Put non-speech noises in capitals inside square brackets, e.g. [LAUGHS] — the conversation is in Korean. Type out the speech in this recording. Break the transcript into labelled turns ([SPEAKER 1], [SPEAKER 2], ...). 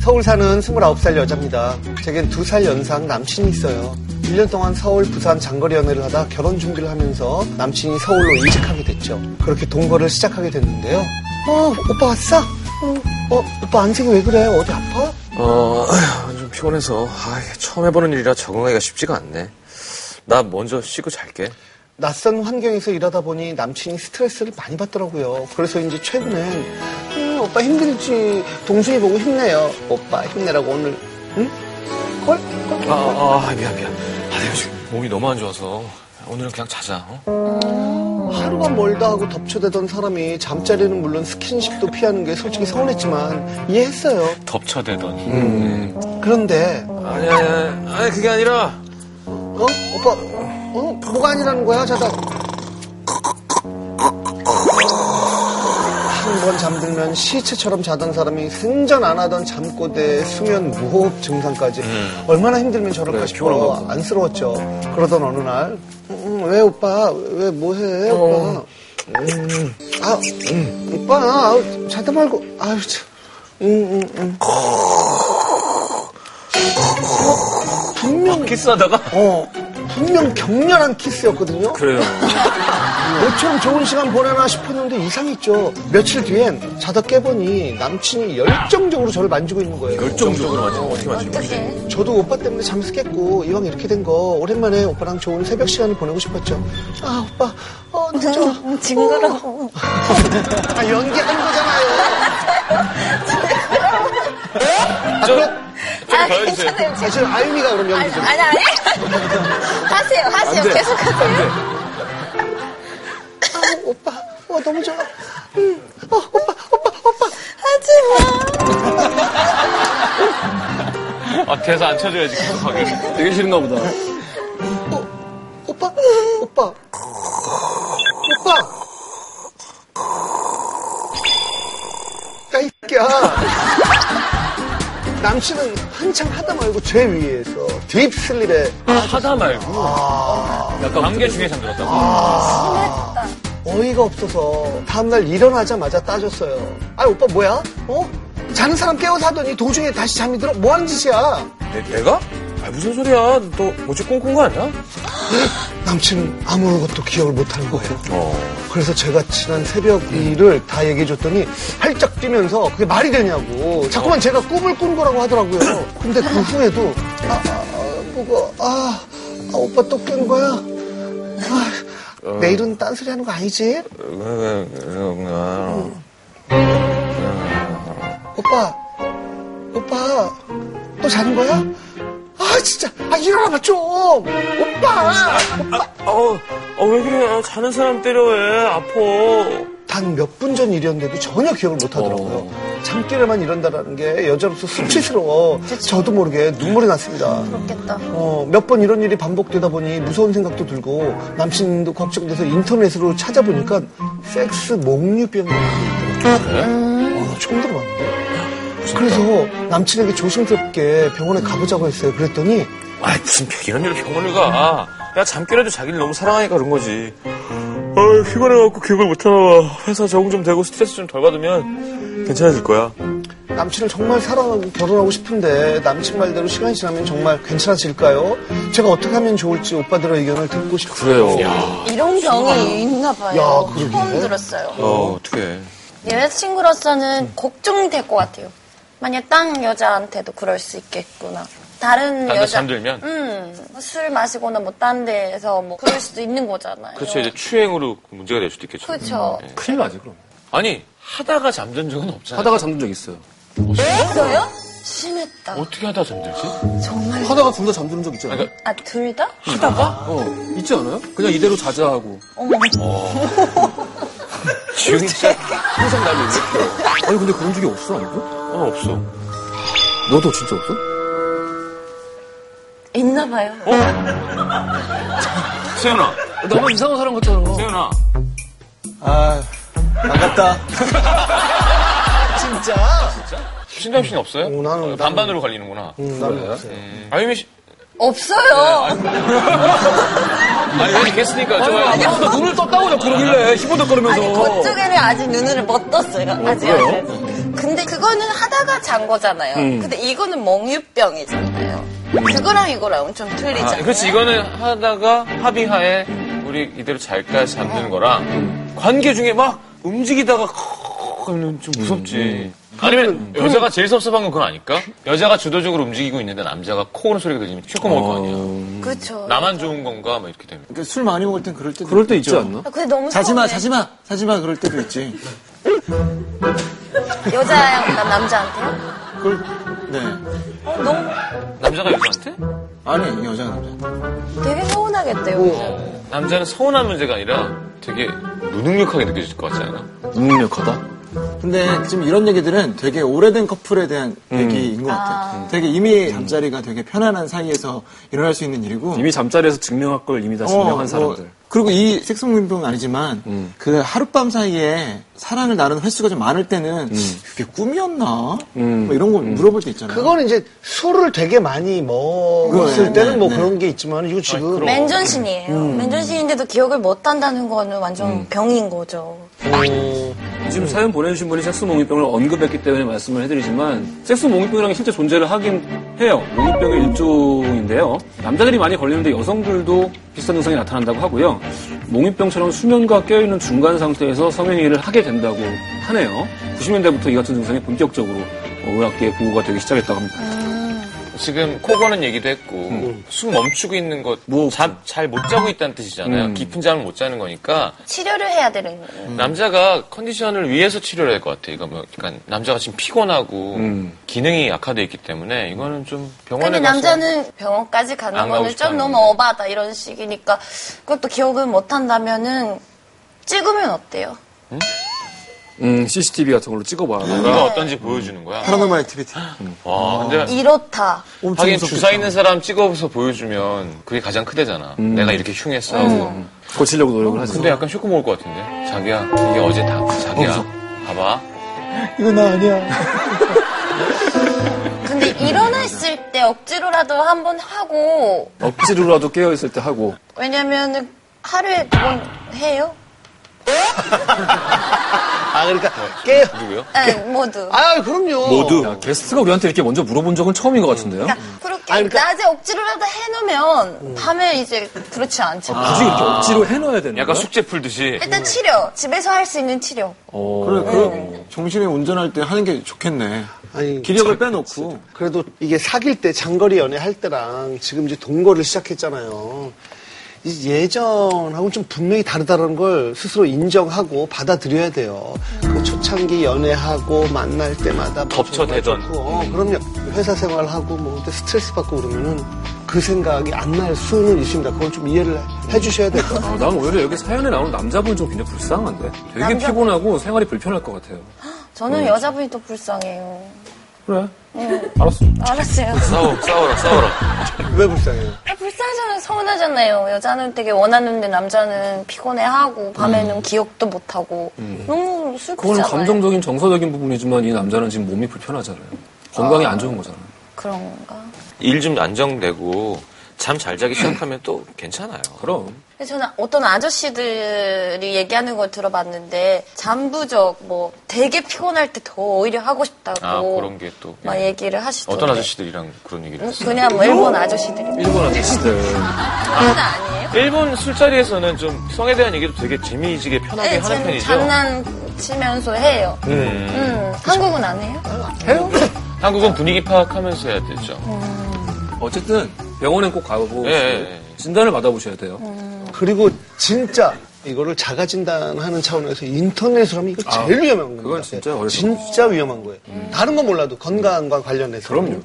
[SPEAKER 1] 서울 사는 29살 여자입니다. 제겐 2살 연상 남친이 있어요. 1년 동안 서울, 부산 장거리 연애를 하다 결혼 준비를 하면서 남친이 서울로 이직하게 됐죠. 그렇게 동거를 시작하게 됐는데요. 어, 오빠 왔어? 어, 어, 오빠 안색이 왜 그래? 어디 아파?
[SPEAKER 2] 어, 아휴, 좀 피곤해서. 아, 이게 처음 해보는 일이라 적응하기가 쉽지가 않네. 나 먼저 쉬고 잘게.
[SPEAKER 1] 낯선 환경에서 일하다 보니 남친이 스트레스를 많이 받더라고요. 그래서 이제 최근엔 음, 오빠 힘들지 동순이 보고 힘내요. 오빠 힘내라고 오늘 응? 헐? 헐?
[SPEAKER 2] 아, 아, 아, 미안, 미안. 아, 내가 지금 몸이 너무 안 좋아서. 오늘은 그냥 자자, 어?
[SPEAKER 1] 하루가 멀다 하고 덮쳐대던 사람이 잠자리는 물론 스킨십도 피하는 게 솔직히 서운했지만 이해했어요.
[SPEAKER 2] 덮쳐대더니. 음. 네.
[SPEAKER 1] 그런데
[SPEAKER 2] 아니, 아니, 아니, 아니, 그게 아니라.
[SPEAKER 1] 어? 오빠 어? 뭐가 아니라는 거야 자다 한 번 잠들면 시체처럼 자던 사람이 승전 안 하던 잠꼬대 수면 무호흡 증상까지 얼마나 힘들면 저럴까
[SPEAKER 2] 그래,
[SPEAKER 1] 싶어
[SPEAKER 2] 음. 네, 피곤한가
[SPEAKER 1] 안쓰러웠죠 그러던 어느 날 음, 왜 오빠 왜 뭐해
[SPEAKER 2] 어.
[SPEAKER 1] 오빠 음, 아 음, 오빠 아우, 자다 말고 아유 참 음, 음, 음. 어, 분명
[SPEAKER 2] 키스하다가?
[SPEAKER 1] 어, 분명 격렬한 키스였거든요. [LAUGHS]
[SPEAKER 2] 그래요.
[SPEAKER 1] 모처럼 좋은 시간 보내나 싶었는데 이상했죠. 며칠 뒤엔 자다 깨보니 남친이 열정적으로 저를 만지고 있는 거예요.
[SPEAKER 2] 그 열정적으로 맞지? 어떻게 맞지?
[SPEAKER 3] 어떡해.
[SPEAKER 1] 저도 오빠 때문에 잠수 깼고 이왕 이렇게 된 거 오랜만에 오빠랑 좋은 새벽 시간을 보내고 싶었죠. 아 오빠, 어 늦죠?
[SPEAKER 3] 좀 네. 징그러워.
[SPEAKER 1] 아 연기한 거잖아요. 네?
[SPEAKER 3] 아,
[SPEAKER 2] 봐주세요.
[SPEAKER 3] 괜찮아요.
[SPEAKER 1] 아, 지금 아유미가 그럼 연기
[SPEAKER 3] 아니,
[SPEAKER 1] 좀.
[SPEAKER 3] 아니, [LAUGHS] 아니. 하세요, 하세요. 계속 하세요.
[SPEAKER 1] 아 오빠, 어 너무 좋아. 음, 어 오빠, 오빠, 오빠.
[SPEAKER 3] 하지 마.
[SPEAKER 2] 아, 대사 안 쳐줘야지, 급하게.
[SPEAKER 4] 되게 싫은가 보다.
[SPEAKER 1] 어, 오빠? 오빠? 오빠? 야, 이 새끼야. 남친은 한창 하다 말고 제 위에서 딥슬립에
[SPEAKER 2] 아,
[SPEAKER 1] 아,
[SPEAKER 2] 하다 말고. 약간 아, 관계 중에 잠들었다고.
[SPEAKER 1] 어이가 없어서 다음날 일어나자마자 따졌어요. 아, 오빠 뭐야? 어? 자는 사람 깨워서 하더니 도중에 다시 잠이 들어? 뭐 하는 짓이야?
[SPEAKER 2] 내, 내가? 아, 무슨 소리야. 너 어제 꿈꾼 거 아니야?
[SPEAKER 1] 남친은 아무것도 기억을 못하는 거예요.
[SPEAKER 2] 어.
[SPEAKER 1] 그래서 제가 지난 새벽 일을 다 얘기해줬더니 활짝 뛰면서 그게 말이 되냐고 자꾸만 제가 꿈을 꾼 거라고 하더라고요. 근데 그 후에도 아, 아, 아 뭐가 아, 아, 오빠 또 깬 거야? 아, 내일은 딴소리 하는 거 아니지? 오빠 오빠 또 자는 거야? 아 진짜 아 일어나봐 좀 오빠
[SPEAKER 2] 어, 어, 왜 그래? 아, 자는 사람 때려, 왜? 아파.
[SPEAKER 1] 단 몇 분 전 일이었는데도 전혀 기억을 못 하더라고요. 잠결에만 이런다라는 게 여자로서 수치스러워. 저도 모르게 눈물이 났습니다.
[SPEAKER 3] 좋겠다.
[SPEAKER 1] 어, 몇 번 이런 일이 반복되다 보니 무서운 생각도 들고 남친도 걱정돼서 인터넷으로 찾아보니까 섹스 몽유병이 있더라고요. 어, 처음 들어봤는데. 그래서 남친에게 조심스럽게 병원에 가보자고 했어요. 그랬더니
[SPEAKER 2] 아, 무슨 이런 일로 병원을 가. 야, 잠결에도 자기를 너무 사랑하니까 그런 거지. 아, 피곤해갖고 기억을 못하나 봐. 회사 적응 좀 되고 스트레스 좀 덜 받으면 괜찮아질 거야.
[SPEAKER 1] 남친을 정말 사랑하고 결혼하고 싶은데 남친 말대로 시간이 지나면 정말 괜찮아질까요? 제가 어떻게 하면 좋을지 오빠들의 의견을 듣고 싶어요.
[SPEAKER 3] 이런
[SPEAKER 2] 아.
[SPEAKER 3] 병이 있나 봐요.
[SPEAKER 1] 야, 그러게.
[SPEAKER 3] 처음 들었어요.
[SPEAKER 2] 어, 어떡해.
[SPEAKER 3] 여자친구로서는 걱정될 것 같아요. 만약 딴 여자한테도 그럴 수 있겠구나.
[SPEAKER 2] 딴
[SPEAKER 3] 다른
[SPEAKER 2] 데
[SPEAKER 3] 여자
[SPEAKER 2] 잠들면?
[SPEAKER 3] 음, 술 마시거나 뭐 딴 데에서 뭐 그럴 수도 있는 거잖아요.
[SPEAKER 2] 그렇죠. 이제 추행으로 문제가 될 수도 있겠죠.
[SPEAKER 3] 그렇죠.
[SPEAKER 2] 예.
[SPEAKER 4] 큰일 나지, 그럼.
[SPEAKER 2] 아니, 하다가 잠든 적은 없잖아.
[SPEAKER 4] 하다가 잠든 적 있어요.
[SPEAKER 3] 저요? 심했다.
[SPEAKER 2] 뭐 어떻게 하다 잠들지?
[SPEAKER 3] 정말.
[SPEAKER 4] 하다가 둘 다 잠드는 적 있잖아요.
[SPEAKER 2] 그러니까-
[SPEAKER 3] 아, 둘 다?
[SPEAKER 4] 어, 있지 않아요? 그냥 이대로 자자 하고.
[SPEAKER 3] 어머,
[SPEAKER 2] 진짜?
[SPEAKER 4] 항상 날 놀래켜. 아니, 근데 그런 적이 없어, 아니고?
[SPEAKER 2] 어, 없어.
[SPEAKER 4] 너도 진짜 없어?
[SPEAKER 3] 있나 봐요.
[SPEAKER 2] 세연아,
[SPEAKER 4] 나만 이상한 사람 같잖아.
[SPEAKER 2] 세연아.
[SPEAKER 1] 아, 반갑다. 진짜?
[SPEAKER 2] 신담 씨는 없어요?
[SPEAKER 1] 어, 나는-
[SPEAKER 2] 어, 반반으로 갈리는구나.
[SPEAKER 1] 나는 없어요.
[SPEAKER 2] 음. 아유미 씨. 네,
[SPEAKER 3] 없어요.
[SPEAKER 2] 아니, 여기 계시니까. 좀-
[SPEAKER 4] 아무도 눈을 떴다고 자꾸 그러길래, 희보덕거리면서.
[SPEAKER 5] 음,
[SPEAKER 3] 아니, 그쪽에는 아직 눈을 못 떴어요. 아직, 아직. 아직. 근데 그거는 하다가 잔 거잖아요.
[SPEAKER 5] 음.
[SPEAKER 3] 근데 이거는 멍유병이잖아요. 그거랑 이거랑 좀
[SPEAKER 2] 아,
[SPEAKER 3] 틀리잖아요.
[SPEAKER 2] 그렇지 이거는 하다가 합의하에 우리 이대로 잘까 잡는 거랑 관계 중에 막 움직이다가 하면 좀
[SPEAKER 4] 음,
[SPEAKER 2] 무섭지. 아니면 여자가 제일 섭섭한 건 그건 아닐까? 여자가 주도적으로 움직이고 있는데 남자가 코 오는 소리가 들리면 쉴거 먹을 거 아니야.
[SPEAKER 4] 어.
[SPEAKER 3] 그렇죠.
[SPEAKER 2] 나만 좋은 건가? 막 이렇게 되면.
[SPEAKER 5] 그러니까 술 많이 먹을 땐 그럴 때도
[SPEAKER 4] 그럴 때 있지 않나?
[SPEAKER 3] 아, 근데 너무
[SPEAKER 5] 자지마
[SPEAKER 3] 서운해.
[SPEAKER 5] 자지마 자지마 그럴 때도 있지
[SPEAKER 3] 여자랑 남자한테요?
[SPEAKER 5] 그걸 네
[SPEAKER 3] 어, 너무
[SPEAKER 2] 남자가 여자한테?
[SPEAKER 5] 아니 여자 남자
[SPEAKER 3] 되게 서운하겠대요.
[SPEAKER 2] 남자는 서운한 문제가 아니라 되게 무능력하게 느껴질 것 같지 않아?
[SPEAKER 4] 무능력하다?
[SPEAKER 5] 근데 지금 이런 얘기들은 되게 오래된 커플에 대한 얘기인 것 같아요 되게 이미 잠자리가 되게 편안한 사이에서 일어날 수 있는 일이고 어,
[SPEAKER 4] 이미 잠자리에서 증명할 걸 이미 다 증명한 사람들.
[SPEAKER 5] 뭐, 그리고 이 섹스문병은 아니지만 그 하룻밤 사이에 사랑을 나눈 횟수가 좀 많을 때는 그게 꿈이었나? 뭐 이런 거 물어볼 때 있잖아요.
[SPEAKER 1] 그건 이제 술을 되게 많이 먹었을
[SPEAKER 5] 그거예요.
[SPEAKER 1] 때는
[SPEAKER 5] 네,
[SPEAKER 1] 뭐
[SPEAKER 5] 네. 아,
[SPEAKER 1] 그런 게 있지만 이거 지금
[SPEAKER 3] 맨전신이에요.
[SPEAKER 5] 음.
[SPEAKER 3] 맨전신인데도 기억을 못 한다는 거는 완전 병인 거죠.
[SPEAKER 6] 지금 사연 보내주신 분이 섹스 몽유병을 언급했기 때문에 말씀을 해드리지만 섹스 몽유병이라는 게 실제 존재를 하긴 해요. 몽유병의 일종인데요. 남자들이 많이 걸리는데 여성들도 비슷한 증상이 나타난다고 하고요. 몽유병처럼 수면과 깨어있는 중간 상태에서 성행위를 하게 된다고 하네요. 90년대부터 이 같은 증상이 본격적으로 의학계에 보고가 되기 시작했다고 합니다.
[SPEAKER 2] 지금 코 고는 얘기도 했고
[SPEAKER 5] 음.
[SPEAKER 2] 숨 멈추고 있는
[SPEAKER 5] 뭐,
[SPEAKER 2] 것잘못 자고 있다는 뜻이잖아요.
[SPEAKER 5] 음.
[SPEAKER 2] 깊은 잠을 못 자는 거니까
[SPEAKER 3] 치료를 해야 되는 거예요.
[SPEAKER 2] 남자가 컨디션을 위해서 치료를 할 것 같아. 이거 뭐 약간 남자가 지금 피곤하고
[SPEAKER 5] 음.
[SPEAKER 2] 기능이 약화돼 있기 때문에 이거는 좀 병원에
[SPEAKER 3] 근데
[SPEAKER 2] 가서
[SPEAKER 3] 남자는 병원까지 가는
[SPEAKER 2] 안 가고
[SPEAKER 3] 거는 좀
[SPEAKER 2] 싶다는
[SPEAKER 3] 너무
[SPEAKER 2] 거죠.
[SPEAKER 3] 어바다 이런 식이니까 그것도 기억을 못 한다면은 찍으면 어때요?
[SPEAKER 4] 음, CCTV 같은 걸로 찍어봐.
[SPEAKER 2] 누가 어떤지 보여주는 거야.
[SPEAKER 5] 파라노말 액티비티. 아,
[SPEAKER 2] 와, 근데
[SPEAKER 3] 이렇다.
[SPEAKER 5] 엄청
[SPEAKER 2] 하긴
[SPEAKER 5] 무섭겠다.
[SPEAKER 2] 주사 있는 사람 찍어서 보여주면 그게 가장 크대잖아.
[SPEAKER 5] 음.
[SPEAKER 2] 내가 이렇게 흉했어. 하고.
[SPEAKER 3] 음.
[SPEAKER 4] 고치려고 노력을 하지.
[SPEAKER 2] 근데 약간 쇼크 먹을 것 같은데. 자기야, 이게 어제 다 자기야. 봐봐.
[SPEAKER 5] 이거 나 아니야.
[SPEAKER 3] 근데 일어났을 때 억지로라도 한 번 하고
[SPEAKER 4] 억지로라도 깨어있을 때 하고.
[SPEAKER 3] 왜냐면은 하루에 두 번 해요?
[SPEAKER 1] 아 그러니까 깨
[SPEAKER 2] 뭐, 누구요?
[SPEAKER 3] 네, 모두.
[SPEAKER 1] 아 그럼요
[SPEAKER 4] 야, 게스트가 우리한테 이렇게 먼저 물어본 적은 처음인 것 같은데요?
[SPEAKER 3] 그러니까 그렇게
[SPEAKER 1] 아니, 그러니까-
[SPEAKER 3] 낮에 억지로라도 해놓으면 밤에 이제 그렇지 않잖아.
[SPEAKER 4] 굳이 이렇게 억지로 해놔야 되는
[SPEAKER 2] 약간
[SPEAKER 5] 어?
[SPEAKER 4] 거야?
[SPEAKER 2] 숙제 풀듯이.
[SPEAKER 3] 일단 치료 집에서 할 수 있는 치료.
[SPEAKER 4] 어.
[SPEAKER 5] 그래, 그 정신에 운전할 때 하는 게 좋겠네.
[SPEAKER 1] 아니
[SPEAKER 5] 기력을 빼놓고.
[SPEAKER 1] 그래도 이게 사귈 때 장거리 연애할 때랑 지금 이제 동거를 시작했잖아요. 이 예전하고는 좀 분명히 다르다는 걸 스스로 인정하고 받아들여야 돼요. 그 초창기 연애하고 만날 때마다 막
[SPEAKER 2] 덮쳐대던. 음.
[SPEAKER 1] 정말 좋고, 어, 그럼요. 회사 생활하고 뭐 그때 스트레스 받고 그러면은 그 생각이 안 날 수는 있습니다. 그걸 좀 이해를 해주셔야 돼요.
[SPEAKER 4] 아, 난 오히려 여기 사연에 나오는 남자분 좀 굉장히 불쌍한데? 되게
[SPEAKER 3] 남자-
[SPEAKER 4] 피곤하고 생활이 불편할 것 같아요.
[SPEAKER 3] 저는
[SPEAKER 1] 음.
[SPEAKER 3] 여자분이 또 불쌍해요.
[SPEAKER 4] 그래.
[SPEAKER 3] 네.
[SPEAKER 4] 알았어.
[SPEAKER 3] 알았어요.
[SPEAKER 2] 싸워, 싸워라, 싸워라.
[SPEAKER 1] 왜 불쌍해요?
[SPEAKER 3] 아, 불쌍하잖아요. 서운하잖아요. 여자는 되게 원하는데 남자는 피곤해하고 밤에는
[SPEAKER 2] 음.
[SPEAKER 3] 기억도 못하고 너무
[SPEAKER 4] 그거는
[SPEAKER 3] 슬프잖아요.
[SPEAKER 4] 감정적인 정서적인 부분이지만 이 남자는 지금 몸이 불편하잖아요. 건강이 안 좋은 거잖아요.
[SPEAKER 3] 그런 건가?
[SPEAKER 2] 일 좀 안정되고 잠 잘 자기 시작하면 또 괜찮아요.
[SPEAKER 4] 그럼.
[SPEAKER 3] 근데 저는 어떤 아저씨들이 얘기하는 걸 들어봤는데 잠부적 뭐 되게 피곤할 때 더 오히려 하고 싶다고
[SPEAKER 2] 아, 그런 게 또. 예.
[SPEAKER 3] 막 얘기를 하시던데
[SPEAKER 2] 어떤 아저씨들이랑 음. 그런 얘기를 했어요?
[SPEAKER 3] 그냥 뭐 일본 아저씨들이
[SPEAKER 4] 일본 아저씨들.
[SPEAKER 3] 장난 아니에요?
[SPEAKER 2] 네, 일본 술자리에서는 좀 성에 대한 얘기도 되게 재미지게 편하게
[SPEAKER 3] 네,
[SPEAKER 2] 아, 하는
[SPEAKER 3] 지금
[SPEAKER 2] 편이죠.
[SPEAKER 3] 장난치면서 해요. 음, 한국은 안 해요?
[SPEAKER 2] 한국은 분위기 파악하면서 해야 되죠.
[SPEAKER 4] 어쨌든 병원엔 꼭 가보고
[SPEAKER 2] 예, 예, 예.
[SPEAKER 4] 진단을 받아보셔야 돼요.
[SPEAKER 3] 네.
[SPEAKER 1] 그리고 진짜 이거를 자가진단하는 차원에서 인터넷으로 하면 이거 제일 위험한 거예요.
[SPEAKER 4] 그건 진짜 어려서.
[SPEAKER 1] 진짜 위험한 거예요. 다른 건 몰라도 건강과 관련해서. 그럼요.